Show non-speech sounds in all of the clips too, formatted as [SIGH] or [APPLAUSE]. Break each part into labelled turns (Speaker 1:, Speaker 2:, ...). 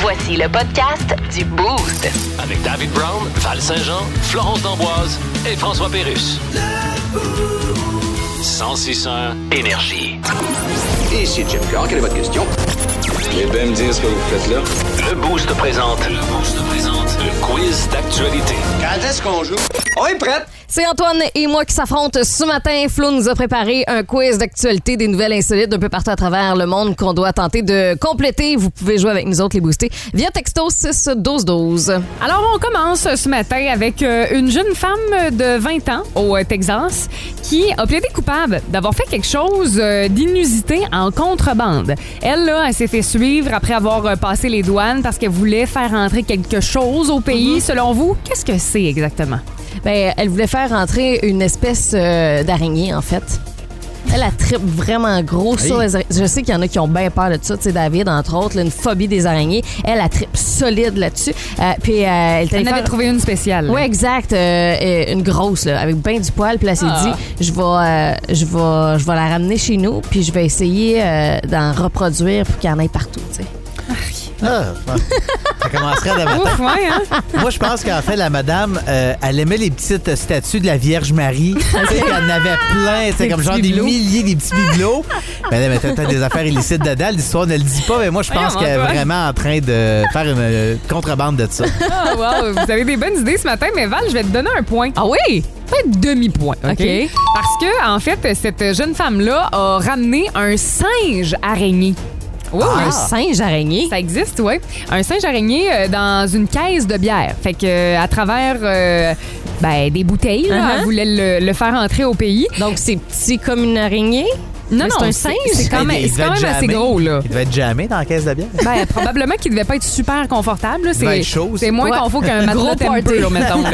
Speaker 1: Voici le podcast du Boost.
Speaker 2: Avec David Brown, Val Saint-Jean, Florence D'Amboise et François Pérus. 1061 Énergie.
Speaker 3: Ici Jim Carr, quelle est votre question?
Speaker 4: Et bien me dire ce que vous faites là.
Speaker 2: Le Boost présente. Le Boost présente. Le quiz d'actualité.
Speaker 3: Quand est-ce qu'on joue? On est prête!
Speaker 5: C'est Antoine et moi qui s'affrontent ce matin. Flo nous a préparé un quiz d'actualité, des nouvelles insolites d'un peu partout à travers le monde qu'on doit tenter de compléter. Vous pouvez jouer avec nous autres, les booster, via texto 6 12 12.
Speaker 6: Alors, on commence ce matin avec euh, une jeune femme de 20 ans au euh, Texas qui a plaidé coupable d'avoir fait quelque chose euh, d'inusité en contrebande. Elle, là, elle s'est fait suivre après avoir euh, passé les douanes parce qu'elle voulait faire entrer quelque chose au pays. Selon vous, qu'est-ce que c'est exactement?
Speaker 5: Ben, elle voulait faire entrer une espèce euh, d'araignée, en fait. Elle a trip vraiment gros sur les araignées. Je sais qu'il y en a qui ont bien peur de ça, tu sais, David, entre autres, là, une phobie des araignées. Elle a trip solide là-dessus. Euh, puis euh, elle
Speaker 6: Elle en avait trouvé une spéciale.
Speaker 5: Oui, exact. euh, et une grosse, là, avec bien du poil. Puis elle s'est
Speaker 6: Ah.
Speaker 5: dit, je vais, euh, je, vais, je vais la ramener chez nous, puis je vais essayer euh, d'en reproduire pour qu'il y en ait partout, tu sais.
Speaker 7: Ah, bon. ça commencerait demain.
Speaker 6: Ouf, ouais, hein?
Speaker 7: Moi, je pense qu'en fait, la madame, euh, elle aimait les petites euh, statues de la Vierge
Speaker 6: [LAUGHS]
Speaker 7: Marie. Tu sais, elle en avait plein. C'est comme
Speaker 6: petits
Speaker 7: genre
Speaker 6: bibelots.
Speaker 7: des milliers, des petits
Speaker 6: [LAUGHS]
Speaker 7: bibelots. Mais elle mettait peut-être des affaires illicites dedans. L'histoire ne le dit pas, mais moi, je pense
Speaker 6: Voyons,
Speaker 7: qu'elle est
Speaker 6: Antoine.
Speaker 7: vraiment en train de faire une euh, contrebande
Speaker 6: [LAUGHS]
Speaker 7: de ça.
Speaker 6: Ah, wow, vous avez des bonnes idées ce matin, mais Val, je vais te donner un point.
Speaker 5: Ah oui?
Speaker 6: Peut-être demi-point, OK?
Speaker 5: OK.
Speaker 6: Parce que, en fait, cette jeune femme-là a ramené un singe araignée. Oui,
Speaker 5: Un singe araignée.
Speaker 6: Ça existe, oui. Un singe araignée euh, dans une caisse de bière. Fait que euh, à travers euh, ben, des bouteilles, là,
Speaker 5: Uh-huh.
Speaker 6: elle voulait le, le faire entrer au pays.
Speaker 5: Donc, c'est petit comme une araignée.
Speaker 6: Non,
Speaker 5: Mais
Speaker 6: non,
Speaker 5: c'est un
Speaker 6: c'est-
Speaker 5: singe?
Speaker 6: C'est quand même,
Speaker 7: Il
Speaker 6: c'est
Speaker 7: devait
Speaker 6: quand
Speaker 7: être
Speaker 6: même assez
Speaker 7: jammé.
Speaker 6: gros, là.
Speaker 7: Il devait être jamais dans la caisse de bière.
Speaker 6: Ben, probablement qu'il devait pas être super confortable. là.
Speaker 7: devait
Speaker 6: C'est
Speaker 7: être chaud,
Speaker 6: c'est
Speaker 7: ça.
Speaker 6: moins
Speaker 5: Ouais.
Speaker 6: qu'on confort qu'un
Speaker 5: Gros
Speaker 6: matelas
Speaker 5: party.
Speaker 6: temper, là, mettons. là.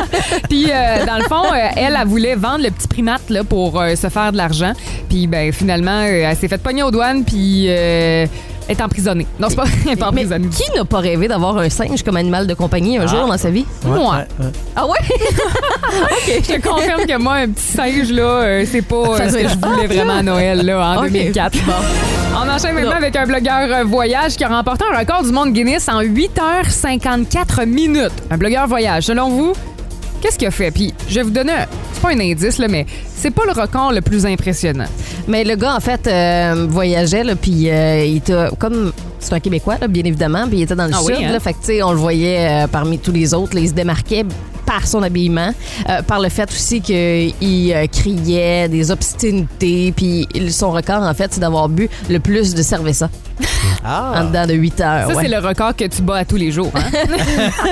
Speaker 6: [LAUGHS] Puis, euh, dans le fond, euh, elle, elle voulait vendre le petit primate là, pour euh, se faire de l'argent. Puis, ben, finalement, euh, elle s'est fait pogner aux douanes, puis euh, elle est emprisonnée. Non, c'est pas [LAUGHS] elle Ah. est pas
Speaker 5: Mais
Speaker 6: emprisonnée.
Speaker 5: qui n'a pas rêvé d'avoir un singe comme animal de compagnie un jour dans sa vie?
Speaker 6: Moi.
Speaker 5: Ah ouais?
Speaker 6: Je te confirme que moi, un petit singe, là, euh, c'est pas euh,
Speaker 5: Ça
Speaker 6: ce que
Speaker 5: serait-
Speaker 6: je voulais vraiment à Noël, là, en
Speaker 5: Ok.
Speaker 6: 2004. On enchaîne maintenant
Speaker 5: Non.
Speaker 6: avec un blogueur euh, voyage qui a remporté un record du monde Guinness en 8h54 minutes. Un blogueur voyage, selon vous, qu'est-ce qu'il a fait? Puis, je vais vous donner, un- c'est pas un indice, là, mais c'est pas le record le plus impressionnant.
Speaker 5: Mais le gars, en fait, euh, voyageait, là, puis euh, il était comme. C'est un Québécois, là, bien évidemment, puis il était dans le
Speaker 6: Ah
Speaker 5: sud,
Speaker 6: oui, hein?
Speaker 5: là, fait que, tu sais, on le voyait euh, parmi tous les autres, là, il se démarquait par son habillement, euh, par le fait aussi qu'il euh, criait des obstinités, puis il- son record, en fait, c'est d'avoir bu le plus de cerveza en
Speaker 7: Ah,
Speaker 5: dedans de 8 heures.
Speaker 6: Ça,
Speaker 5: ouais.
Speaker 6: c'est le record que tu bats à tous les jours. hein?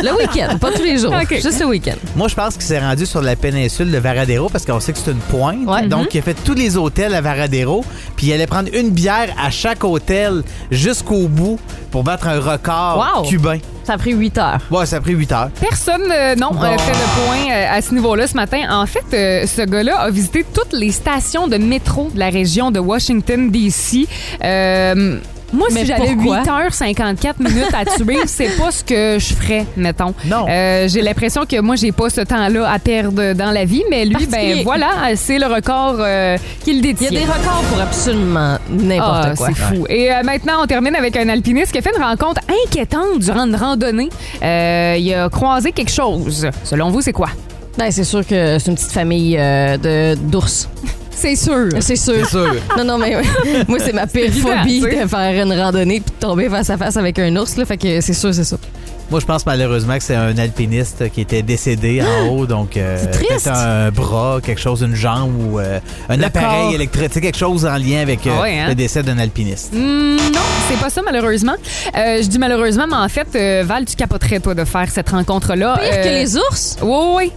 Speaker 5: le week-end, pas tous les jours,
Speaker 6: [LAUGHS] Ok.
Speaker 5: juste le week-end.
Speaker 7: moi, je pense qu'il s'est rendu sur la péninsule de Varadero parce qu'on sait que c'est une pointe.
Speaker 5: Ouais.
Speaker 7: Donc, il a fait tous les hôtels à Varadero, puis il allait prendre une bière à chaque hôtel jusqu'au bout pour battre un record
Speaker 5: Wow.
Speaker 7: cubain.
Speaker 5: Ça a pris 8 heures.
Speaker 7: Ouais, ça a pris 8 heures.
Speaker 6: Personne, euh, non, euh, fait le point euh, à ce niveau-là ce matin. En fait, euh, ce gars-là a visité toutes les stations de métro de la région de Washington, D.C. Euh, moi,
Speaker 5: Mais
Speaker 6: si j'avais
Speaker 5: pourquoi?
Speaker 6: 8h54 minutes
Speaker 5: [LAUGHS]
Speaker 6: à tuer, c'est pas ce que je ferais, mettons.
Speaker 7: Non.
Speaker 6: Euh, j'ai l'impression que moi, j'ai pas ce temps-là à perdre dans la vie, mais lui, ben
Speaker 5: Particulier.
Speaker 6: voilà, euh, c'est le record euh, qu'il
Speaker 5: Il
Speaker 6: détient.
Speaker 5: y a des records pour absolument n'importe
Speaker 6: Ah,
Speaker 5: quoi.
Speaker 6: C'est fou. Et euh, maintenant, on termine avec un alpiniste qui a fait une rencontre inquiétante durant une randonnée. Euh, il a croisé quelque chose. Selon vous, c'est quoi?
Speaker 5: Ben, c'est sûr que c'est une petite famille euh, de d'ours.
Speaker 6: C'est sûr.
Speaker 5: C'est sûr.
Speaker 7: sûr.
Speaker 5: Non, non, mais
Speaker 6: [LAUGHS]
Speaker 5: moi, c'est ma pire
Speaker 6: évident,
Speaker 5: phobie
Speaker 6: tu sais.
Speaker 5: de faire une randonnée puis de tomber face à face avec un ours. Là, fait que c'est sûr, c'est ça.
Speaker 7: Moi, je pense malheureusement que c'est un alpiniste qui était décédé en haut, donc euh,
Speaker 5: C'est triste.
Speaker 7: peut-être un bras, quelque chose, une jambe ou euh, un appareil
Speaker 6: corps.
Speaker 7: électrique, tu sais, quelque chose en lien avec euh,
Speaker 6: Ah ouais, hein?
Speaker 7: le décès d'un alpiniste.
Speaker 6: Hmm, non, c'est pas ça, malheureusement. Euh, je dis malheureusement, mais en fait, euh, Val, tu capoterais, toi, de faire cette rencontre-là. Euh,
Speaker 5: Pire que les ours?
Speaker 6: Oui, oui.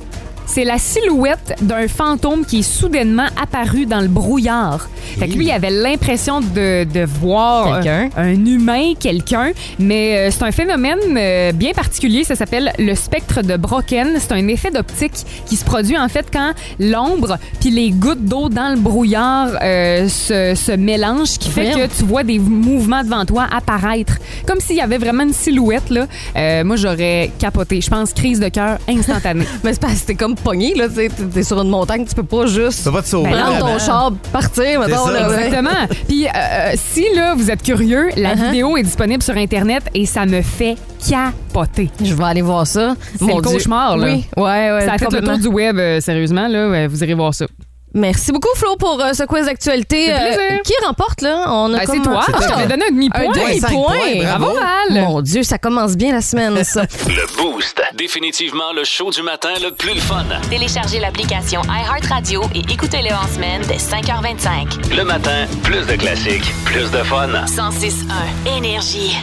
Speaker 6: C'est la silhouette d'un fantôme qui est soudainement apparu dans le brouillard. Fait que lui, il avait l'impression de, de voir
Speaker 5: Quelqu'un.
Speaker 6: un, un humain, quelqu'un, mais euh, c'est un phénomène euh, bien particulier. Ça s'appelle le spectre de Brocken. C'est un effet d'optique qui se produit en fait quand l'ombre puis les gouttes d'eau dans le brouillard euh, se, se mélangent, qui fait
Speaker 5: Voyons.
Speaker 6: que tu vois des mouvements devant toi apparaître. Comme s'il y avait vraiment une silhouette. Là. Euh, moi, j'aurais capoté. Je pense crise de cœur instantanée.
Speaker 5: Mais c'est parce que t'es comme te pogner. là, tu sais, T'es t'es sur une montagne, tu peux pas juste
Speaker 7: Ça va te sauver.
Speaker 6: Ben
Speaker 5: prendre
Speaker 7: vraiment.
Speaker 5: ton char, partir, mettons.
Speaker 7: ça.
Speaker 5: là, ouais.
Speaker 6: Exactement. Puis euh, euh, si là vous êtes curieux, la
Speaker 5: Uh-huh.
Speaker 6: vidéo est disponible sur internet et ça me fait capoter.
Speaker 5: Je vais aller voir ça.
Speaker 6: C'est
Speaker 5: Mon
Speaker 6: le
Speaker 5: Dieu.
Speaker 6: cauchemar, là.
Speaker 5: Oui, ouais, ouais,
Speaker 6: ça a fait le
Speaker 5: Ben, complètement.
Speaker 6: tour du web, euh, sérieusement, là, ouais, vous irez voir ça.
Speaker 5: Merci beaucoup, Flo, pour euh, ce quiz d'actualité. Euh,
Speaker 6: Ça fait plaisir.
Speaker 5: qui remporte, là? On a
Speaker 6: Ben,
Speaker 5: comme-
Speaker 6: c'est toi, je
Speaker 5: Ah,
Speaker 6: t'avais donné un demi-point.
Speaker 5: un
Speaker 7: Ouais, cinq points,
Speaker 5: demi-point.
Speaker 7: bravo.
Speaker 6: Bravo, Val.
Speaker 5: Mon Dieu, ça commence bien la semaine, ça.
Speaker 2: Le Boost. Définitivement le show du matin le plus le fun.
Speaker 1: Téléchargez l'application iHeartRadio et écoutez-le en semaine dès 5h25.
Speaker 2: Le matin, plus de classiques, plus de fun.
Speaker 1: 106.1 Énergie.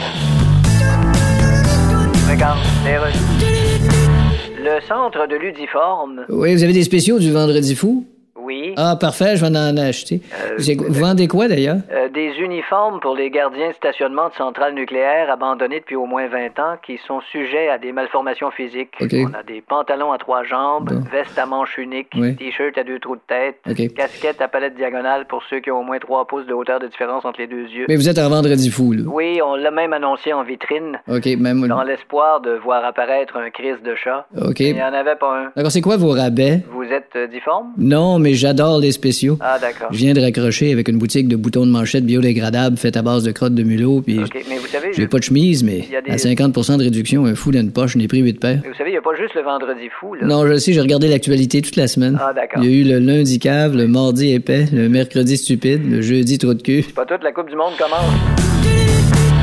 Speaker 8: Le centre de l'Udiforme.
Speaker 9: Oui, vous avez des spéciaux du Vendredi fou?
Speaker 8: Oui.
Speaker 9: Ah, parfait, je vais en acheter. Vous avez- vous vendez quoi, d'ailleurs?
Speaker 8: Euh, des uniformes pour les gardiens de stationnement de centrales nucléaires abandonnées depuis au moins 20 ans qui sont sujets à des malformations physiques.
Speaker 9: Ok.
Speaker 8: On a des pantalons à trois jambes,
Speaker 9: Bon.
Speaker 8: veste à manches uniques,
Speaker 9: Oui.
Speaker 8: t-shirt à deux trous de tête,
Speaker 9: Ok.
Speaker 8: casquette à palette diagonale pour ceux qui ont au moins trois pouces de hauteur de différence entre les deux yeux.
Speaker 9: Mais vous êtes en Vendredi fou, là.
Speaker 8: Oui, on l'a même annoncé en vitrine
Speaker 9: OK, même...
Speaker 8: dans l'espoir de voir apparaître un crise de chat.
Speaker 9: OK.
Speaker 8: Il n'y en avait pas un.
Speaker 9: D'accord, c'est quoi vos rabais?
Speaker 8: Vous êtes euh, difforme?
Speaker 9: Non, mais j'adore les spéciaux.
Speaker 8: Ah, d'accord.
Speaker 9: Je viens de raccrocher avec une boutique de boutons de manchette biodégradables faite à base de crottes de mulot, puis
Speaker 8: OK, mais vous savez,
Speaker 9: j'ai pas de chemise, mais
Speaker 8: Il y a des-
Speaker 9: à 50 de réduction, un fou d'une poche n'est pris huit paires.
Speaker 8: vous savez, il n'y a pas juste le vendredi fou, là.
Speaker 9: Non, je le sais, j'ai regardé l'actualité toute la semaine.
Speaker 8: Ah, d'accord.
Speaker 9: Il y a eu le lundi cave, le mardi épais, le mercredi stupide, le jeudi trou de cul.
Speaker 8: Pas toute la Coupe du Monde commence.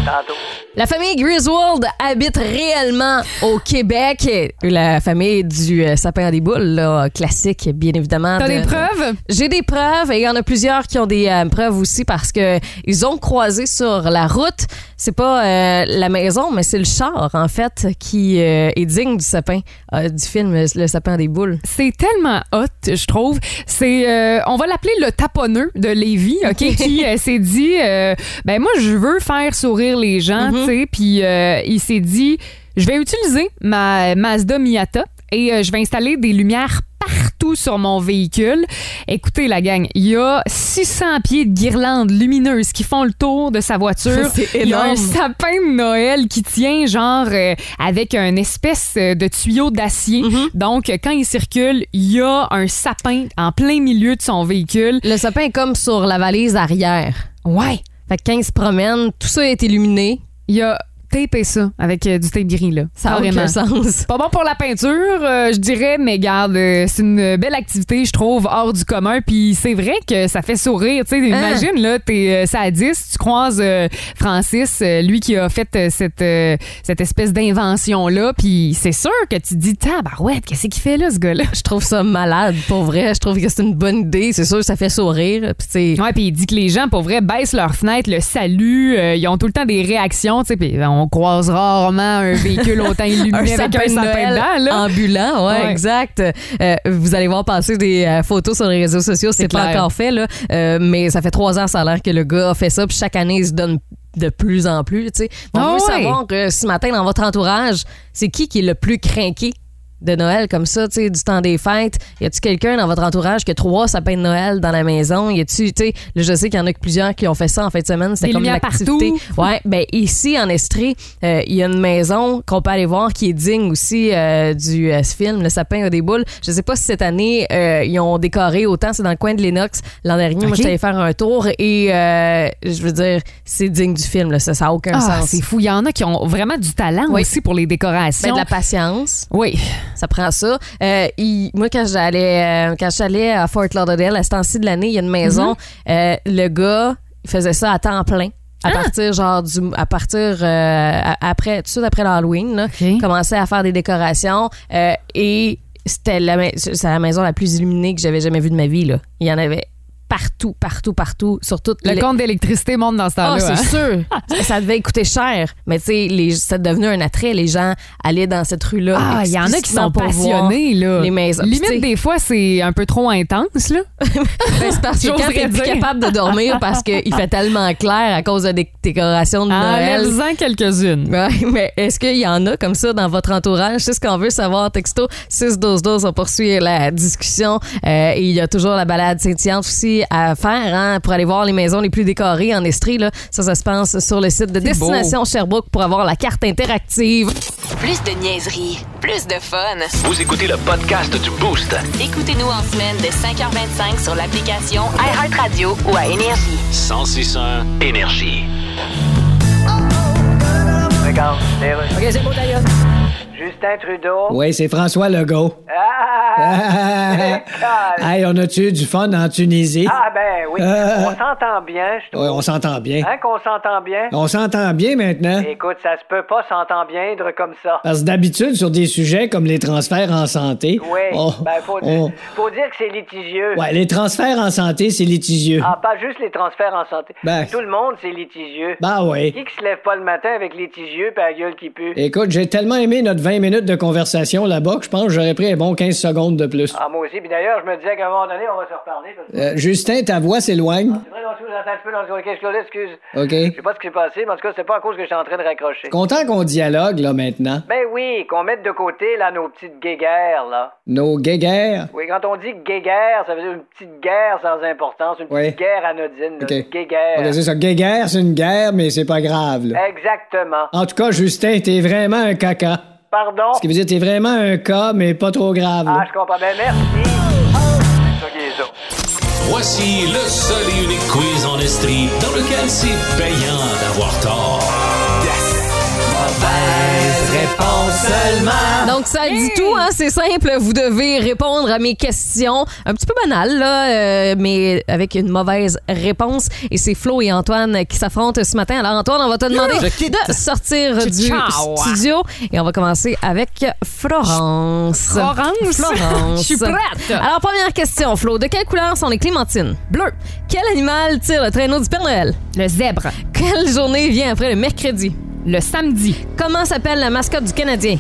Speaker 8: Tantôt.
Speaker 5: La famille Griswold habite réellement au Québec. La famille du euh, sapin à des boules, là, classique, bien évidemment.
Speaker 6: T'as
Speaker 5: de-
Speaker 6: des preuves?
Speaker 5: J'ai des preuves et il y en a plusieurs qui ont des euh, preuves aussi parce que ils ont croisé sur la route. C'est pas euh, la maison, mais c'est le char en fait qui euh, est digne du sapin euh, du film Le sapin des
Speaker 6: [LAUGHS]
Speaker 5: boules.
Speaker 6: C'est tellement hot, je trouve. C'est, euh, on va l'appeler le taponneux de Lévi, ok, qui euh, s'est dit, euh, ben moi je veux faire sourire les gens, tu sais, puis euh, il s'est dit, je vais utiliser ma Mazda Miata et euh, je vais installer des lumières partout sur mon véhicule. Écoutez la gang, il y a 600 pieds de guirlandes lumineuses qui font le tour de sa voiture.
Speaker 5: C'est
Speaker 6: Il y a un
Speaker 5: énorme.
Speaker 6: sapin de Noël qui tient genre euh, avec un espèce euh, de tuyau d'acier. Donc euh, quand il circule, il y a un sapin en plein milieu de son véhicule.
Speaker 5: Le sapin est comme sur la valise arrière.
Speaker 6: Ouais,
Speaker 5: Fait que quand ils se promènent, tout ça est illuminé.
Speaker 6: il a tapé ça avec euh, du tape gris là.
Speaker 5: Ça a
Speaker 6: Carrément.
Speaker 5: aucun sens.
Speaker 6: Pas bon pour la peinture, euh, je dirais, mais garde, euh, c'est une belle activité, je trouve, hors du commun. Puis c'est vrai que ça fait sourire. Tu sais, imagine, là, t'es, euh, ça à 10, tu croises euh, Francis, euh, lui qui a fait euh, cette, euh, cette espèce d'invention-là. Puis c'est sûr que tu te dis, tabarouette, qu'est-ce qu'il fait là, ce gars-là? [LAUGHS]
Speaker 5: Je trouve ça malade, pour vrai. Je trouve que c'est une bonne idée. C'est sûr, ça fait sourire. Puis c'est
Speaker 6: Ouais, puis il dit que les gens, pour vrai, baissent leurs fenêtres, le saluent, euh, ils ont tout le temps des réactions, tu sais, puis ben, on croise rarement un véhicule autant illuminé avec un
Speaker 5: de
Speaker 6: sapin
Speaker 5: Noël
Speaker 6: dedans, là.
Speaker 5: ambulant, ouais,
Speaker 6: Ouais.
Speaker 5: exact. Euh, vous allez voir passer des euh, photos sur les réseaux sociaux,
Speaker 6: C'est
Speaker 5: c'est pas
Speaker 6: clair.
Speaker 5: encore fait là, euh, mais ça fait trois ans ça a l'air que le gars a fait ça, puis chaque année il se donne de plus en plus. tu sais. On
Speaker 6: Ah
Speaker 5: veut
Speaker 6: ouais.
Speaker 5: savoir euh, ce matin dans votre entourage, c'est qui qui est le plus craqué de Noël comme ça, tu sais, du temps des fêtes. Y a-tu quelqu'un dans votre entourage qui a trois sapins de Noël dans la maison? Y a-tu, tu sais, là, je sais qu'il y en a que plusieurs qui ont fait ça en fin de semaine. C'était
Speaker 6: Des
Speaker 5: comme
Speaker 6: lumières
Speaker 5: l'activité.
Speaker 6: partout.
Speaker 5: Ouais, ben ici en Estrie, euh, il y a une maison qu'on peut aller voir qui est digne aussi euh, du euh, ce film Le sapin a des boules. Je sais pas si cette année euh, ils ont décoré autant, c'est dans le coin de Lenox. L'an dernier, moi
Speaker 6: Ok.
Speaker 5: j'étais allée faire un tour et euh, je veux dire, c'est digne du film là, ça ça a aucun
Speaker 6: Ah,
Speaker 5: sens.
Speaker 6: c'est fou. Il y en a qui ont vraiment du talent
Speaker 5: Oui.
Speaker 6: aussi pour les décorations.
Speaker 5: Ben, de la patience,
Speaker 6: Oui.
Speaker 5: ça prend ça. Euh, il- moi, quand j'allais euh, quand j'allais à Fort Lauderdale, à ce temps-ci de l'année, il y a une maison.
Speaker 6: Mm-hmm.
Speaker 5: euh, le gars, il faisait ça à temps plein. À
Speaker 6: Ah!
Speaker 5: partir, genre, du, à partir, euh, à- après, tout de suite après l'Halloween, là,
Speaker 6: OK.
Speaker 5: commençait à faire des décorations euh, et c'était la, ma- c'est la maison la plus illuminée que j'avais jamais vue de ma vie, là. Il y en avait partout, partout, partout, sur toute
Speaker 6: Le
Speaker 5: la-
Speaker 6: compte d'électricité monte dans ce
Speaker 5: ah,
Speaker 6: temps-là. hein.
Speaker 5: c'est
Speaker 6: [LAUGHS]
Speaker 5: sûr. Ça- ça devait coûter cher. Mais tu sais, les- ça devenait un attrait. Les gens allaient dans cette rue-là.
Speaker 6: Ah, il y en a qui
Speaker 5: explicitement
Speaker 6: sont
Speaker 5: pour voir.
Speaker 6: passionnés, là.
Speaker 5: les maisons. Puis, tu sais-
Speaker 6: Limite, des fois, c'est un peu trop intense, là.
Speaker 5: Ben, c'est parce que quand
Speaker 6: J'oserais
Speaker 5: t'es plus
Speaker 6: dire.
Speaker 5: capable de dormir parce qu'il fait tellement clair à cause de des décorations de
Speaker 6: En
Speaker 5: Noël.
Speaker 6: réalisant quelques-unes.
Speaker 5: Ouais, mais est-ce qu'il y en a comme ça dans votre entourage? C'est ce qu'on veut savoir. Texto 6-12-12, on poursuit la discussion. Euh, et il y a toujours la balade scintillante aussi à faire hein, pour aller voir les maisons les plus décorées en Estrie. Là. Ça, ça se passe sur le site de
Speaker 6: C'est beau.
Speaker 5: Destination Sherbrooke pour avoir la carte interactive.
Speaker 1: Plus de niaiserie, plus de fun.
Speaker 2: Vous écoutez le podcast du Boost.
Speaker 1: Écoutez-nous en semaine de 5h25 sur l'application iHeartRadio ou à Énergie.
Speaker 2: 1061 Énergie.
Speaker 8: Regarde, c'est vrai. Justin Trudeau.
Speaker 9: Oui, c'est François Legault. [LAUGHS]
Speaker 8: Ah! Ah!
Speaker 9: hey, on a-tu eu du fun en Tunisie?
Speaker 8: Ah ben oui,
Speaker 9: Euh.
Speaker 8: on s'entend bien, je trouve.
Speaker 9: Ouais, on s'entend bien.
Speaker 8: Hein qu'on s'entend bien?
Speaker 9: On s'entend bien maintenant.
Speaker 8: Écoute, ça se peut pas s'entendre comme ça.
Speaker 9: Parce que d'habitude, sur des sujets comme les transferts en santé...
Speaker 8: Oui,
Speaker 9: on-
Speaker 8: ben faut,
Speaker 9: on-
Speaker 8: dire- faut dire que c'est litigieux.
Speaker 9: Ouais, les transferts en santé, c'est litigieux.
Speaker 8: Ah, pas juste les transferts en santé.
Speaker 9: Ben.
Speaker 8: Tout le monde, c'est litigieux.
Speaker 9: Bah ouais.
Speaker 8: Qui qui se lève pas le matin avec litigieux pis la gueule qui pue?
Speaker 9: Écoute, j'ai tellement aimé notre 20 minutes de conversation là-bas que je pense que j'aurais pris un bon 15 secondes de plus.
Speaker 8: Ah, moi aussi. Puis d'ailleurs, je me disais qu'à un moment donné, on va se reparler. parce que-
Speaker 9: Euh, Justin, ta voix s'éloigne.
Speaker 8: C'est vrai, on se vous entend un petit peu dans le... Qu'est-ce que là, excuse?
Speaker 9: OK.
Speaker 8: Je sais pas ce qui s'est passé, mais en tout cas, c'est pas à cause que j'étais en train de raccrocher.
Speaker 9: Content qu'on dialogue, là, maintenant.
Speaker 8: Ben oui, qu'on mette de côté, là, nos petites guéguerres, là.
Speaker 9: Nos guéguerres.
Speaker 8: Oui, quand on dit guéguerre, ça veut dire une petite guerre sans importance, une
Speaker 9: Ouais.
Speaker 8: petite guerre anodine, là,
Speaker 9: OK.
Speaker 8: une guéguerre.
Speaker 9: OK, c'est ça. Guéguerre, c'est une guerre, mais c'est pas grave, là.
Speaker 8: Exactement.
Speaker 9: En tout cas, Justin, t'es vraiment un caca.
Speaker 8: Pardon?
Speaker 9: Ah, Ce qui veut dire, t'es vraiment un cas, mais pas trop grave, là.
Speaker 8: Ah, je comprends. Ben merci. C'est ça qui est ça.
Speaker 2: Voici le seul et unique quiz en estrie dans lequel c'est payant d'avoir tort.
Speaker 5: Donc, ça dit tout, hein, c'est simple. Vous devez répondre à mes questions. Un petit peu banales, là, euh, mais avec une mauvaise réponse. Et c'est Flo et Antoine qui s'affrontent ce matin. Alors, Antoine, on va te demander
Speaker 7: Je quitte.
Speaker 5: de sortir
Speaker 6: Ciao,
Speaker 5: du
Speaker 6: ciao.
Speaker 5: studio. Et on va commencer avec Florence.
Speaker 6: Florence.
Speaker 5: Florence.
Speaker 6: [LAUGHS] Je suis prête.
Speaker 5: Alors, première question, Flo. De quelle couleur sont les clémentines? Bleu. Quel animal tire le traîneau du Père Noël?
Speaker 6: Le zèbre.
Speaker 5: Quelle journée vient après le mercredi?
Speaker 6: Le samedi.
Speaker 5: Comment s'appelle la mascotte du Canadien?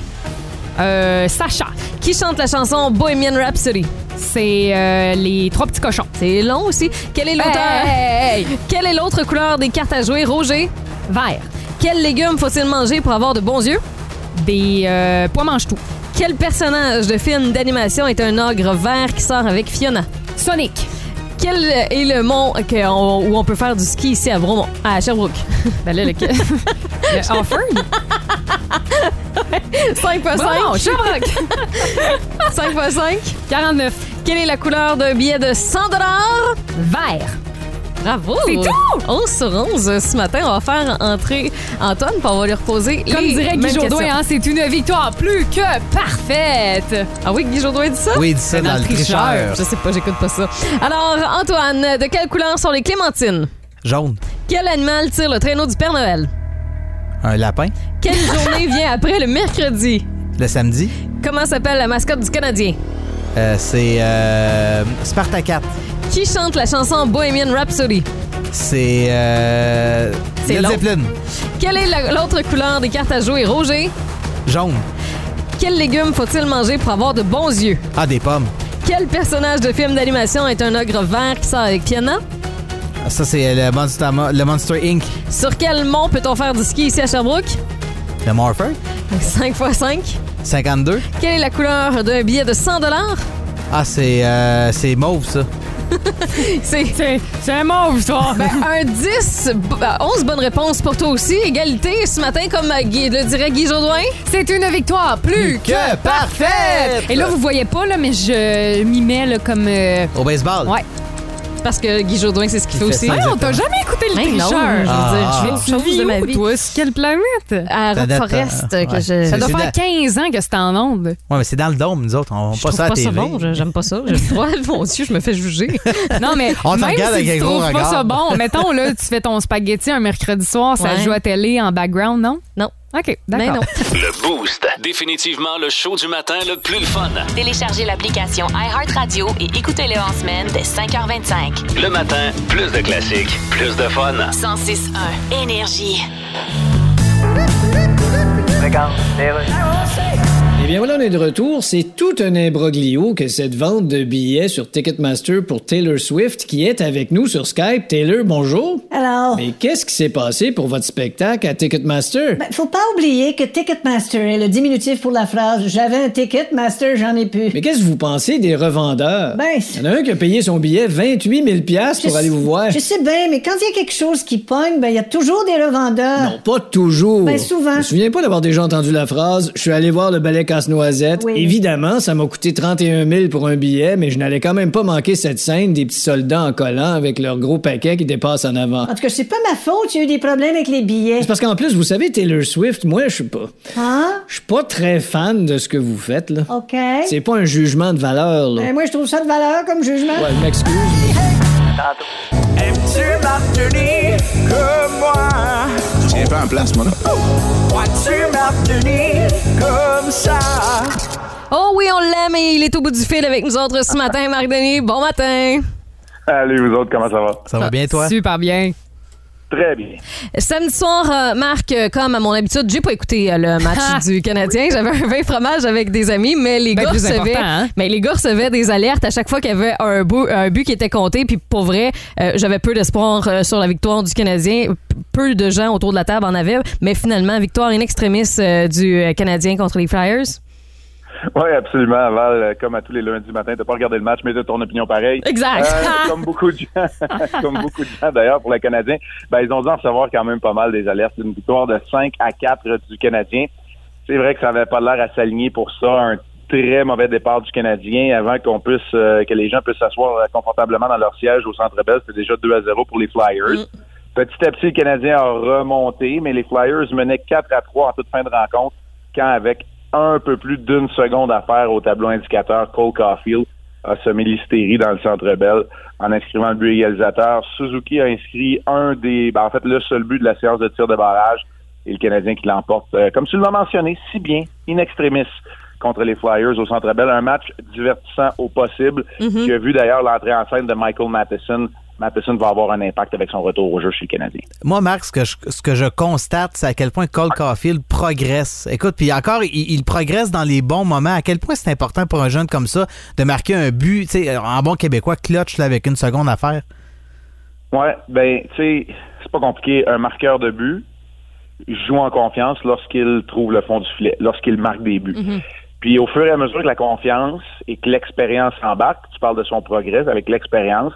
Speaker 6: Euh, Sacha.
Speaker 5: Qui chante la chanson Bohemian Rhapsody?
Speaker 6: C'est euh, les trois petits cochons.
Speaker 5: C'est long aussi. Quel est l'auteur?
Speaker 6: Hey, hey, hey.
Speaker 5: [LAUGHS] Quelle est l'autre couleur des cartes à jouer, Roger?
Speaker 6: Vert.
Speaker 5: Quel légume faut-il manger pour avoir de bons yeux?
Speaker 6: Des euh, pois mange-tout.
Speaker 5: Quel personnage de film d'animation est un ogre vert qui sort avec Fiona?
Speaker 6: Sonic.
Speaker 5: Quel est le mont que on- où on peut faire du ski ici à Bromont, à
Speaker 6: [LAUGHS]
Speaker 5: Sherbrooke?
Speaker 6: Ben là, le... le
Speaker 5: [LAUGHS]
Speaker 6: Offord.
Speaker 5: 5 x 5.
Speaker 6: Bon, Sherbrooke.
Speaker 5: 5 x 5.
Speaker 6: 49.
Speaker 5: Quelle est la couleur d'un billet de 100
Speaker 6: Vert.
Speaker 5: Bravo!
Speaker 6: C'est tout!
Speaker 5: 11 sur 11. Ce matin, on va faire entrer Antoine pour on va lui reposer
Speaker 6: Comme
Speaker 5: les
Speaker 6: dirait
Speaker 5: mêmes
Speaker 6: Guy Jourdouin,
Speaker 5: questions.
Speaker 6: hein, c'est une victoire plus que parfaite.
Speaker 5: Ah oui, Guy Jourdouin dit ça?
Speaker 7: Oui, il dit ça dans le tricheur.
Speaker 5: Je sais pas, j'écoute pas ça. Alors, Antoine, de quelle couleur sont les clémentines?
Speaker 7: Jaune.
Speaker 5: Quel animal tire le traîneau du Père Noël?
Speaker 7: Un lapin. [LAUGHS]
Speaker 5: Quelle journée vient après le mercredi?
Speaker 7: Le samedi,
Speaker 5: Comment s'appelle la mascotte du Canadien?
Speaker 7: euh, c'est euh, Spartacat.
Speaker 5: Qui chante la chanson Bohemian Rhapsody?
Speaker 7: C'est euh,
Speaker 5: C'est
Speaker 7: Led
Speaker 5: long.
Speaker 7: Zeppelin.
Speaker 5: Quelle est la- l'autre couleur des cartes à jouer, Roger?
Speaker 7: Jaune.
Speaker 5: Quel légume faut-il manger pour avoir de bons yeux?
Speaker 7: Ah, des pommes.
Speaker 5: Quel personnage de film d'animation est un ogre vert qui sort avec Fiona?
Speaker 7: Ah, Ça, c'est euh, le Monster, le Monster Inc.
Speaker 5: Sur quel mont peut-on faire du ski ici à Sherbrooke?
Speaker 7: Le Morpher.
Speaker 5: 5 x 5.
Speaker 7: 52.
Speaker 5: Quelle est la couleur d'un billet de 100
Speaker 7: Ah, c'est euh, c'est mauve, ça.
Speaker 5: C'est
Speaker 6: C'est c'est un mauve, ça.
Speaker 5: Ben, un 10, b- ben, 11 bonnes réponses pour toi aussi. Égalité ce matin, comme euh, Guy- le dirait Guy Mmh. Jourdouin.
Speaker 6: C'est une victoire plus
Speaker 7: Que parfaite!
Speaker 6: Et là, vous voyez pas, là, mais je m'y mets là, comme. euh,
Speaker 7: Au baseball.
Speaker 6: Ouais.
Speaker 5: Parce que Guy Jourdouin, c'est ce qu'il fait
Speaker 7: Il fait
Speaker 5: aussi.
Speaker 7: ça.
Speaker 6: Hey, on t'a jamais écouté le
Speaker 5: Ben non, je veux
Speaker 6: tricheur.
Speaker 7: Ah.
Speaker 5: dire, je fais autre chose de ma vie. Ah,
Speaker 6: Toi, sur quelle planète?
Speaker 5: À
Speaker 7: Ça
Speaker 5: Rock
Speaker 7: date,
Speaker 5: Forest,
Speaker 7: euh,
Speaker 5: que
Speaker 7: ouais.
Speaker 5: je.
Speaker 6: Ça doit
Speaker 7: c'est
Speaker 6: faire 15 ans que c'est en onde.
Speaker 7: Ouais, mais c'est dans le dôme, nous autres. On
Speaker 5: Je
Speaker 7: pas
Speaker 5: trouve
Speaker 7: ça à
Speaker 5: pas
Speaker 7: TV.
Speaker 5: ça bon, je- j'aime pas ça.
Speaker 7: [LAUGHS]
Speaker 5: J'ai le droit, [LAUGHS] mon Dieu, je me fais juger.
Speaker 6: [LAUGHS] Non, mais
Speaker 7: On te
Speaker 6: même
Speaker 7: regarde
Speaker 6: si
Speaker 7: avec
Speaker 6: tu
Speaker 7: un gros
Speaker 6: trouves pas
Speaker 7: regard.
Speaker 6: ça bon, mettons, là, tu fais ton spaghetti un mercredi soir, ça
Speaker 5: Ouais.
Speaker 6: joue à télé en background, non?
Speaker 5: Non.
Speaker 6: OK,
Speaker 5: Mais
Speaker 6: d'accord.
Speaker 5: non.
Speaker 2: Le Boost. Définitivement le show du matin le plus le fun.
Speaker 1: Téléchargez l'application iHeartRadio et écoutez-le en semaine dès 5h25.
Speaker 2: Le matin, plus de classiques, plus de fun.
Speaker 1: 106.1 Énergie.
Speaker 8: Regarde, c'est vrai.
Speaker 9: Eh bien voilà, on est de retour. C'est tout un imbroglio que cette vente de billets sur Ticketmaster pour Taylor Swift qui est avec nous sur Skype. Taylor, bonjour.
Speaker 10: Alors,
Speaker 9: Mais qu'est-ce qui s'est passé pour votre spectacle à Ticketmaster?
Speaker 10: ben, faut pas oublier que Ticketmaster est le diminutif pour la phrase J'avais un Ticketmaster, j'en ai plus.
Speaker 9: Mais qu'est-ce que vous pensez des revendeurs?
Speaker 10: Ben,
Speaker 9: Il y en a un qui a payé son billet 28 000 piastres pour
Speaker 10: je
Speaker 9: aller vous
Speaker 10: sais-
Speaker 9: voir.
Speaker 10: Je sais bien, mais quand il y a quelque chose qui pogne, ben, il y a toujours des revendeurs.
Speaker 9: Non, pas toujours.
Speaker 10: Ben, souvent.
Speaker 9: Je me souviens pas d'avoir déjà entendu la phrase « Je suis allé voir le ballet Casse-Noisette
Speaker 10: Oui.
Speaker 9: Évidemment, ça m'a coûté 31 000 pour un billet, mais je n'allais quand même pas manquer cette scène des petits soldats en collant avec leur gros paquet qui dépasse en avant.
Speaker 10: En tout cas, c'est pas ma faute, il y a eu des problèmes avec les billets.
Speaker 9: C'est parce qu'en plus, vous savez, Taylor Swift, moi, je suis pas...
Speaker 10: Hein?
Speaker 9: Je suis pas très fan de ce que vous faites, là.
Speaker 10: OK.
Speaker 9: C'est pas un jugement de valeur, là.
Speaker 10: Ben, moi, je trouve ça de valeur comme jugement.
Speaker 9: Ouais, je m'excuse.
Speaker 4: Tiens pas en place, moi, là.
Speaker 5: Oh oui, on l'aime et il est au bout du fil avec nous autres
Speaker 7: [LAUGHS]
Speaker 5: ce matin, Marc Denis. Bon matin.
Speaker 11: Allez, vous autres, comment ça va?
Speaker 7: Ça va bien, toi?
Speaker 6: Super bien.
Speaker 11: Très bien.
Speaker 5: Samedi soir, euh, Marc, euh, comme à mon habitude, j'ai pas écouté euh, le
Speaker 6: Ah.
Speaker 5: match du Canadien. J'avais un vin fromage avec des amis, mais les
Speaker 6: Ben,
Speaker 5: gars
Speaker 6: plus
Speaker 5: recevaient,
Speaker 6: important, hein?
Speaker 5: mais les gars recevaient des alertes à chaque fois qu'il y avait un, bou- un but qui était compté. Puis pour vrai, euh, j'avais peu d'espoir euh, sur la victoire du Canadien. P- Peu de gens autour de la table en avaient, mais finalement, victoire in extremis euh, du euh, Canadien contre les Flyers.
Speaker 11: Oui, absolument. Val, euh, comme à tous les lundis matin, t'as pas regardé le match, mais t'as ton opinion pareille.
Speaker 5: Exact. [LAUGHS]
Speaker 11: Euh, comme beaucoup de gens, [LAUGHS] comme beaucoup de gens d'ailleurs pour le Canadien, ben, ils ont dû en recevoir quand même pas mal des alertes. Une victoire de 5 à 4 du Canadien. C'est vrai que ça n'avait pas l'air à s'aligner pour ça. Un très mauvais départ du Canadien avant qu'on puisse euh, que les gens puissent s'asseoir euh, confortablement dans leur siège au Centre Bell. C'était déjà 2 à 0 pour les Flyers. Petit à petit, le Canadien a remonté, mais les Flyers menaient 4 à 3 en toute fin de rencontre quand, avec un peu plus d'une seconde à faire au tableau indicateur, Cole Caulfield a semé l'hystérie dans le centre belle en inscrivant le but égalisateur. Suzuki a inscrit un des, ben, en fait, le seul but de la séance de tir de barrage et le Canadien qui l'emporte, euh, comme tu l'as mentionné, si bien, in extremis contre les Flyers au centre belle Un match divertissant au possible qui a vu d'ailleurs l'entrée en scène de Michael Matheson. Matheson va avoir un impact avec son retour au jeu chez le Canadien.
Speaker 7: Moi, Marc, ce que je, ce que je constate, c'est à quel point Cole Caulfield progresse. Écoute, puis encore, il, il progresse dans les bons moments. À quel point c'est important pour un jeune comme ça de marquer un but, tu sais, en bon québécois, clutch, là, avec une seconde à faire.
Speaker 11: Ouais, ben, tu sais, c'est pas compliqué. Un marqueur de but joue en confiance lorsqu'il trouve le fond du filet, lorsqu'il marque des buts. Puis au fur et à mesure que la confiance et que l'expérience s'embarque, tu parles de son progrès avec l'expérience,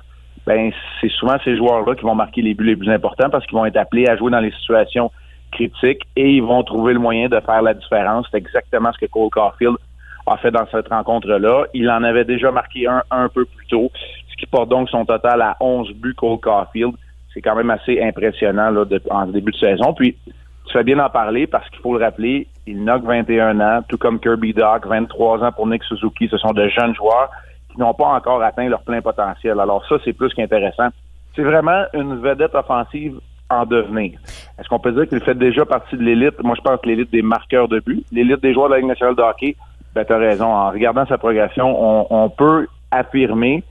Speaker 11: ben c'est souvent ces joueurs-là qui vont marquer les buts les plus importants parce qu'ils vont être appelés à jouer dans les situations critiques et ils vont trouver le moyen de faire la différence. C'est exactement ce que Cole Caulfield a fait dans cette rencontre-là. Il en avait déjà marqué un un peu plus tôt, ce qui porte donc son total à 11 buts Cole Caulfield. C'est quand même assez impressionnant là, de- en début de saison. Puis, tu fais bien d'en parler parce qu'il faut le rappeler, il n'a que 21 ans, tout comme Kirby Doc, 23 ans pour Nick Suzuki. Ce sont de jeunes joueurs qui n'ont pas encore atteint leur plein potentiel. Alors ça, c'est plus qu'intéressant. C'est vraiment une vedette offensive en devenir. Est-ce qu'on peut dire qu'il fait déjà partie de l'élite? Moi, je pense que l'élite des marqueurs de but, l'élite des joueurs de la Ligue nationale de hockey, ben, tu as raison. En regardant sa progression, on, on peut affirmer,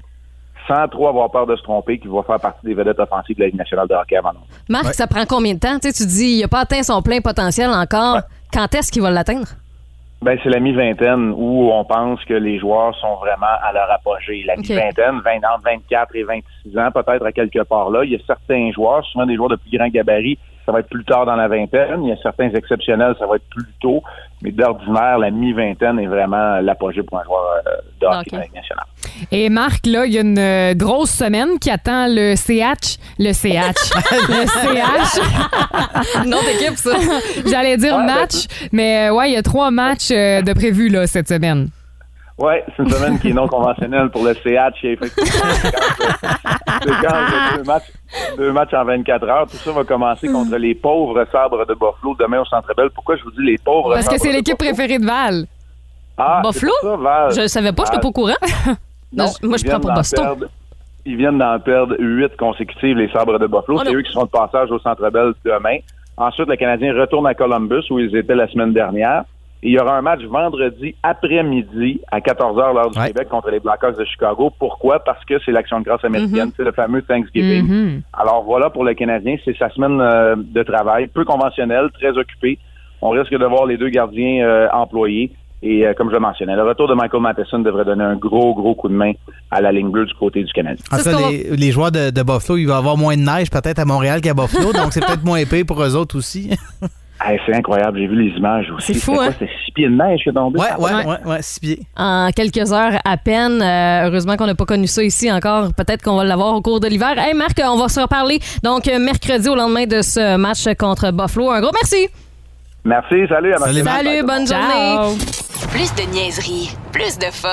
Speaker 11: sans trop avoir peur de se tromper, qu'il va faire partie des vedettes offensives de la Ligue nationale de hockey avant longtemps.
Speaker 5: Marc, ça prend combien de temps? Tu sais, tu dis, il a pas atteint son plein potentiel encore. Quand est-ce qu'il va l'atteindre?
Speaker 11: Ben, c'est la mi-vingtaine où on pense que les joueurs sont vraiment à leur apogée. La
Speaker 5: Ok.
Speaker 11: mi-vingtaine, 20 ans, 24 et 26 ans, peut-être à quelque part là. Il y a certains joueurs, souvent des joueurs de plus grand gabarit, ça va être plus tard dans la vingtaine. Il y a certains exceptionnels, ça va être plus tôt. Mais d'ordinaire, la mi-vingtaine est vraiment l'apogée pour un joueur euh, de hockey
Speaker 5: Ok.
Speaker 11: dans la Ligue nationale.
Speaker 6: Et Marc, là, il y a une euh, grosse semaine qui attend le CH. Le
Speaker 5: [LAUGHS]
Speaker 6: CH. le CH.
Speaker 5: Non, d'équipe, ça.
Speaker 6: [LAUGHS] J'allais dire
Speaker 11: Ouais, ben,
Speaker 6: match, mais euh, ouais, il y a trois matchs euh, de prévus là, cette semaine.
Speaker 11: Oui, c'est une semaine qui est non conventionnelle pour le CH. Et effectivement, c'est quand- c'est quand il y a deux matchs, deux matchs en 24 heures. Tout ça va commencer
Speaker 5: Hmm.
Speaker 11: contre les pauvres sabres de Buffalo demain au Centre Bell. Pourquoi je vous dis les pauvres
Speaker 6: Parce que
Speaker 11: Sabres
Speaker 6: c'est
Speaker 11: de
Speaker 6: l'équipe
Speaker 11: Buffalo?
Speaker 6: préférée de Val.
Speaker 11: Ah,
Speaker 5: Buffalo?
Speaker 11: c'est pour ça, Val.
Speaker 5: Je le savais pas, j'étais pas au courant.
Speaker 11: Non,
Speaker 5: Moi, je
Speaker 11: ils
Speaker 5: prends
Speaker 11: viennent
Speaker 5: pour
Speaker 11: d'en
Speaker 5: Boston.
Speaker 11: perdre- ils viennent d'en perdre huit consécutives, les sabres de Buffalo.
Speaker 5: Oh
Speaker 11: c'est
Speaker 5: non.
Speaker 11: eux qui sont de passage au Centre Bell demain. Ensuite, les Canadiens retournent à Columbus, où ils étaient la semaine dernière. Et il y aura un match vendredi après-midi à 14h l'heure du
Speaker 7: Ouais.
Speaker 11: Québec contre les Blackhawks de Chicago. Pourquoi? Parce que c'est l'action de grâce
Speaker 5: Mm-hmm.
Speaker 11: américaine, c'est le fameux
Speaker 7: ben.
Speaker 11: Thanksgiving.
Speaker 6: Mhm.
Speaker 11: Alors voilà pour le Canadien, c'est sa semaine euh, de travail, peu conventionnelle, très occupée. On risque de voir les deux gardiens euh, employés. Et euh, comme je le mentionnais, le retour de Michael Matheson devrait donner un gros, gros coup de main à la ligne bleue du côté du Canadien.
Speaker 7: En tout cas, les, les joueurs de, de Buffalo, il va y avoir moins de neige peut-être à Montréal qu'à
Speaker 6: [LAUGHS]
Speaker 7: Buffalo, donc c'est peut-être moins épais pour eux autres aussi.
Speaker 11: Hey, c'est incroyable, j'ai vu les images aussi.
Speaker 5: C'est fou,
Speaker 11: C'était
Speaker 5: hein?
Speaker 11: quoi, C'est six pieds de neige qui est tombé.
Speaker 7: Ouais, [LAUGHS]
Speaker 11: Ah,
Speaker 7: ouais, ouais, ouais, six pieds.
Speaker 5: [LAUGHS] En quelques heures à peine. Euh, heureusement qu'on n'a pas connu ça ici encore. Peut-être qu'on va l'avoir au cours de l'hiver. Hey Marc, on va se reparler donc mercredi au lendemain de ce match contre Buffalo. Un gros merci.
Speaker 11: Merci, salut, à
Speaker 7: Salut,
Speaker 11: bientôt.
Speaker 5: Salut, bonne journée.
Speaker 1: Plus de niaiserie, plus de fun.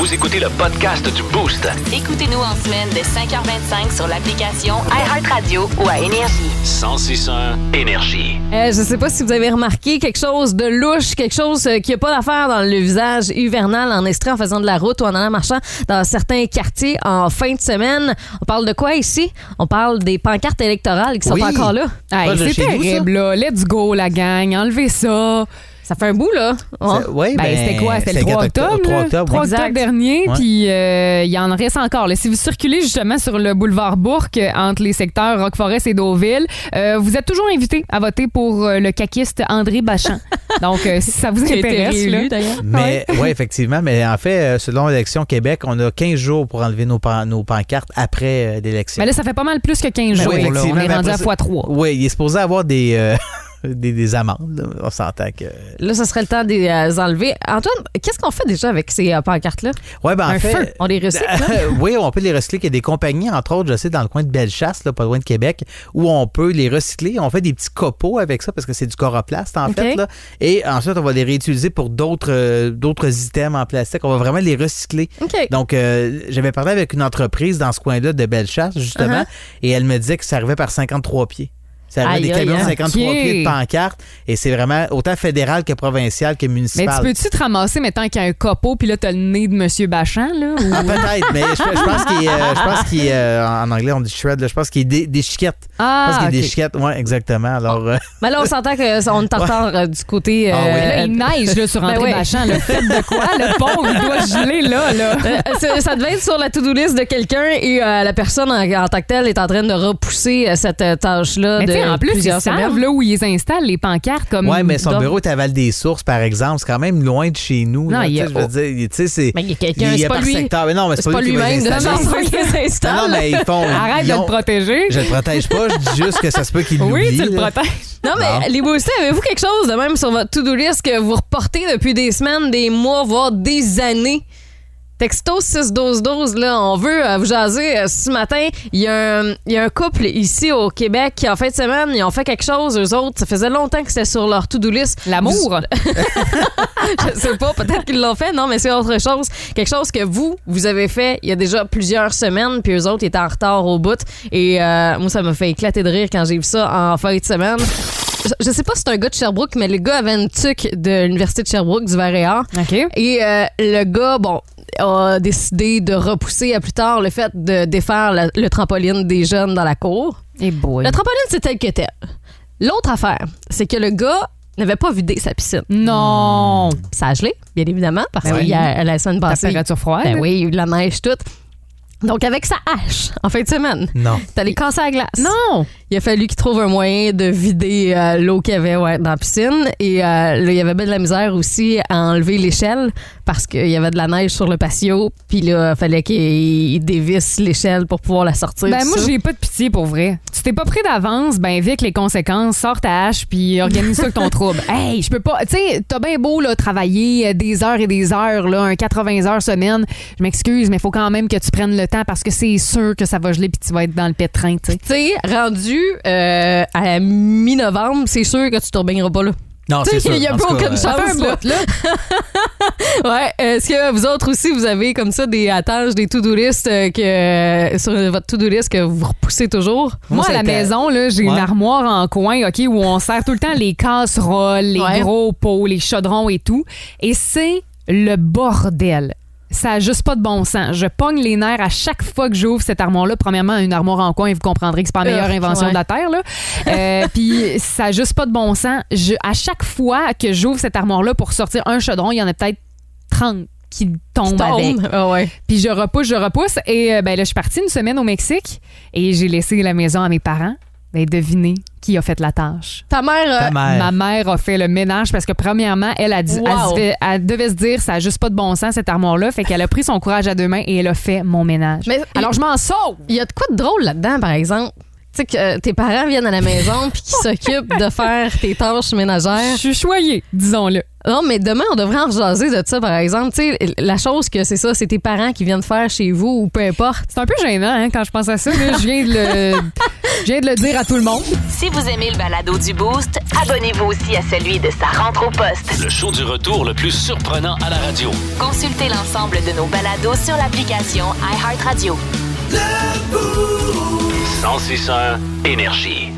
Speaker 2: Vous écoutez le podcast du Boost.
Speaker 1: Écoutez-nous en semaine de 5h25 sur l'application iHeartRadio ou à Énergie.
Speaker 2: 1061 Énergie.
Speaker 5: Euh, je sais pas si vous avez remarqué quelque chose de louche, quelque chose euh, qui a pas d'affaire dans le visage hivernal en estrie en faisant de la route ou en allant marchant dans certains quartiers en fin de semaine. On parle de quoi ici? On parle des pancartes électorales qui sont
Speaker 7: Oui. Ah,
Speaker 5: pas encore là.
Speaker 6: Hey,
Speaker 7: Pas de
Speaker 6: c'est
Speaker 7: chez nous,
Speaker 6: terrible, là. Let's go, la gang. Enlevez ça.
Speaker 5: Ça fait un bout, là. Hein?
Speaker 7: C'est- ouais,
Speaker 6: Ben,
Speaker 7: ben,
Speaker 6: c'était quoi? C'était le 3
Speaker 7: 4
Speaker 6: octobre?
Speaker 7: trois
Speaker 6: là?
Speaker 7: octobre,
Speaker 6: 3
Speaker 7: oui.
Speaker 6: octobre
Speaker 5: Exact.
Speaker 6: dernier,
Speaker 7: Ouais.
Speaker 6: puis euh, il y en reste encore. là. Si vous circulez justement sur le boulevard Bourque, euh, entre les secteurs Rock Forest et Deauville, euh, vous êtes toujours invité à voter pour euh, le caquiste André
Speaker 5: [LAUGHS]
Speaker 6: Bachan. Donc, euh, si ça vous
Speaker 5: Qui a été
Speaker 6: intéresse, là,
Speaker 5: réélu, d'ailleurs.
Speaker 7: Mais
Speaker 6: Ah
Speaker 7: oui, effectivement. Mais en fait, euh, selon l'élection Québec, on a 15 jours pour enlever nos, pan- nos pancartes après euh, l'élection.
Speaker 6: Mais là, ça fait pas mal plus que 15
Speaker 7: Ben
Speaker 6: jours.
Speaker 7: oui,
Speaker 6: là.
Speaker 7: effectivement,
Speaker 6: on est
Speaker 7: mais
Speaker 6: rendu
Speaker 7: après
Speaker 6: à
Speaker 7: ça-
Speaker 6: x3.
Speaker 7: Oui, il est supposé avoir des, euh, [LAUGHS] des, des amendes. là. On s'entend que.
Speaker 5: Là, ce serait le temps de les euh, enlever. Antoine, qu'est-ce qu'on fait déjà avec ces euh, pancartes-là?
Speaker 7: Ouais, ben, en
Speaker 5: Un
Speaker 7: fait,
Speaker 5: feu. On hein? les
Speaker 7: [LAUGHS]
Speaker 5: recycle, là?
Speaker 7: oui, on peut les recycler. Il y a des compagnies, entre autres, je sais, dans le coin de Bellechasse, là, pas loin de Québec, où on peut les recycler. On fait des petits copeaux avec ça parce que c'est du coroplaste, en
Speaker 5: Ok.
Speaker 7: fait. là. Et ensuite, on va les réutiliser pour d'autres euh, d'autres items en plastique. On va vraiment les recycler.
Speaker 5: OK.
Speaker 7: [LAUGHS] Donc, euh, j'avais parlé avec une entreprise dans ce coin-là de Bellechasse, justement, et elle me disait que ça arrivait par 53 pieds. Ça arrivait
Speaker 5: Aïe,
Speaker 7: des camions
Speaker 5: aïe,
Speaker 7: de
Speaker 5: aïe.
Speaker 7: 53
Speaker 6: Ok.
Speaker 7: pieds de pancartes, et c'est vraiment autant fédéral que provincial que
Speaker 6: Mais
Speaker 7: municipal.
Speaker 6: tu peux-tu te ramasser maintenant qu'il y a un copeau, puis là, t'as le nez de M. Bachan, là?
Speaker 7: [LAUGHS]
Speaker 6: ou-
Speaker 7: Ah, peut-être, mais je, je pense qu'il est, euh, je pense qu'il est, euh, en anglais on dit shred, là, je pense qu'il est des, des chiquettes. je pense
Speaker 6: Ah,
Speaker 7: qu'il est des
Speaker 6: ok.
Speaker 7: chiquettes, ouais, exactement. Alors, euh,
Speaker 5: Mais là, on s'entend que ça, on est en retard euh, du côté.
Speaker 7: Ah oui.
Speaker 5: euh,
Speaker 6: Là, il neige là, sur
Speaker 5: Ben
Speaker 6: André
Speaker 5: oui.
Speaker 6: Bachand. Là. Faites de quoi? Le pauvre, il doit geler là. là.
Speaker 5: [LAUGHS] Euh, ça, ça devait être sur la to-do list de quelqu'un et euh, la personne en, en tant que telle est en train de repousser euh, cette euh, tâche-là
Speaker 6: Mais tu sais,
Speaker 5: de
Speaker 6: en plus,
Speaker 5: plusieurs
Speaker 6: ils savent
Speaker 5: semaines.
Speaker 6: là où ils installent les pancartes. Comme
Speaker 7: ouais, mais son
Speaker 6: Ah, Donc,
Speaker 7: bureau est à Val des Sources, par exemple, c'est quand même loin de chez nous.
Speaker 6: Non,
Speaker 7: là,
Speaker 6: il
Speaker 7: tu
Speaker 6: y a-
Speaker 7: sais, je veux dire, il- tu sais, c'est.
Speaker 5: Mais il y a quelqu'un,
Speaker 7: il y
Speaker 5: c'est
Speaker 7: a
Speaker 5: pas
Speaker 7: par
Speaker 5: lui.
Speaker 7: secteur. Mais non, mais c'est
Speaker 5: [LAUGHS] C'est
Speaker 7: pas
Speaker 5: pas
Speaker 7: lui qui va
Speaker 5: lui-même
Speaker 7: les
Speaker 5: de
Speaker 7: installer.
Speaker 5: savoir qui les
Speaker 7: Non,
Speaker 5: installe.
Speaker 7: non, mais ils font.
Speaker 6: Arrête
Speaker 7: ils ont-
Speaker 6: de le protéger.
Speaker 7: Je le protège pas, je dis juste que ça se peut qu'il l'oublie.
Speaker 6: Oui, tu le
Speaker 7: là.
Speaker 6: protèges.
Speaker 5: Non, mais les boostés, avez-vous quelque chose de même sur votre to-do list que vous reportez depuis des semaines, des mois, voire des années? Texto 6-12-12, là, on veut euh, vous jaser euh, ce matin. Il y, a un, il y a un couple ici au Québec qui, en fin de semaine, ils ont fait quelque chose, eux autres. Ça faisait longtemps que c'était sur leur to-do list.
Speaker 6: L'amour.
Speaker 5: Je sais pas, peut-être qu'ils l'ont fait, non, mais c'est autre chose. Quelque chose que vous, vous avez fait il y a déjà plusieurs semaines, puis eux autres étaient en retard au bout. Et euh, moi, ça me fait éclater de rire quand j'ai vu ça en fin de semaine. Je- Je sais pas si c'est un gars de Sherbrooke, mais le gars avait une tuque de l'Université de Sherbrooke du Vert et Or.
Speaker 6: OK.
Speaker 5: Et euh, le gars, bon, a décidé de repousser à plus tard le fait de défaire la- le trampoline des jeunes dans la cour.
Speaker 6: Et boy.
Speaker 5: Le trampoline, c'est tel que tel. L'autre affaire, c'est que le gars n'avait pas vidé sa piscine.
Speaker 6: Non.
Speaker 5: Ça a gelé, bien évidemment, parce
Speaker 6: Ben
Speaker 5: que
Speaker 6: oui.
Speaker 5: hier, la semaine passée.
Speaker 6: Température froide.
Speaker 5: Ben oui, il y a eu de la neige toute. Donc, avec sa hache, en fin de semaine,
Speaker 7: Non.
Speaker 5: t'as les casser à la glace.
Speaker 6: Non.
Speaker 5: Il a fallu qu'il trouve un moyen de vider euh, l'eau qu'il y avait ouais, dans la piscine. Et euh, là, il y avait bien de la misère aussi à enlever l'échelle parce qu'il y avait de la neige sur le patio. Puis là, il fallait qu'il dévisse l'échelle pour pouvoir la sortir.
Speaker 6: Ben
Speaker 5: tout
Speaker 6: moi,
Speaker 5: ça.
Speaker 6: j'ai pas de pitié pour vrai. Tu t'es pas pris d'avance, ben vive les conséquences, sors ta hache puis organise ça
Speaker 5: [LAUGHS]
Speaker 6: avec ton trouble. Hey, je peux pas, tu sais, t'as bien beau là travailler euh, des heures et des heures là, un 80 heures semaine. Je m'excuse, mais faut quand même que tu prennes le temps parce que c'est sûr que ça va geler puis tu vas être dans le pétrin, tu sais.
Speaker 5: Tu sais, rendu euh, à mi-novembre, c'est sûr que tu te rebaigneras pas là.
Speaker 7: Non, Ah,
Speaker 5: Tu
Speaker 7: c'est sûr.
Speaker 5: sais, il n'y a
Speaker 7: En
Speaker 5: pas
Speaker 7: tout cas,
Speaker 5: aucune
Speaker 7: euh,
Speaker 5: chance. là. [LAUGHS] ouais. Est-ce que vous autres aussi, vous avez comme ça des attaches, des to-do list euh, que, euh, sur votre to-do list que vous repoussez toujours?
Speaker 6: Moi, à la
Speaker 7: c'était-
Speaker 6: maison, là, j'ai une
Speaker 7: Ouais.
Speaker 6: armoire en coin, OK, où on sert tout le temps les casseroles, les
Speaker 5: Ouais.
Speaker 6: gros pots, les chaudrons et tout. Et c'est le bordel. Ça a juste pas de bon sens. Je pogne les nerfs à chaque fois que j'ouvre cette armoire-là. Premièrement, une armoire en coin, vous comprendrez que c'est pas la meilleure
Speaker 5: Urgh,
Speaker 6: invention
Speaker 5: ouais.
Speaker 6: de la Terre. Là. Euh, Puis ça a juste pas de bon sens. Je, à chaque fois que j'ouvre cette armoire-là pour sortir un chaudron, il y en a peut-être 30 qui tombent
Speaker 5: Tombe.
Speaker 6: avec.
Speaker 5: Ah ouais.
Speaker 6: Puis je repousse, je repousse. Et euh, ben là, je suis partie une semaine au Mexique et j'ai laissé la maison à mes parents. Ben, devinez qui a fait la tâche.
Speaker 5: Ta mère. euh,
Speaker 6: Ma mère a fait le ménage parce que, premièrement, elle, a dit,
Speaker 5: Wow.
Speaker 6: elle, se fait- elle devait se dire, ça n'a juste pas de bon sens, cette armoire-là. Fait qu'elle a pris son courage à deux mains et elle a fait mon ménage.
Speaker 5: Mais-
Speaker 6: Alors, je m'en sauve!
Speaker 5: Il y a de quoi de drôle là-dedans, par exemple? Tu sais que euh, tes parents viennent à la maison puis [LAUGHS] qu'ils s'occupent de faire tes tâches ménagères.
Speaker 6: Je suis choyée, disons-le.
Speaker 5: Non, mais demain, on devrait en jaser de ça, par exemple. Tu sais, la chose que c'est ça, c'est tes parents qui viennent faire chez vous ou peu importe.
Speaker 6: C'est un peu gênant hein, quand je pense à ça, mais je viens de le, je viens de le dire à tout le monde.
Speaker 1: Si vous aimez le balado du Boost, abonnez-vous aussi à celui de sa rentre au poste.
Speaker 2: Le show du retour le plus surprenant à la radio.
Speaker 1: Consultez l'ensemble de nos balados sur l'application iHeartRadio.
Speaker 2: 106 énergie.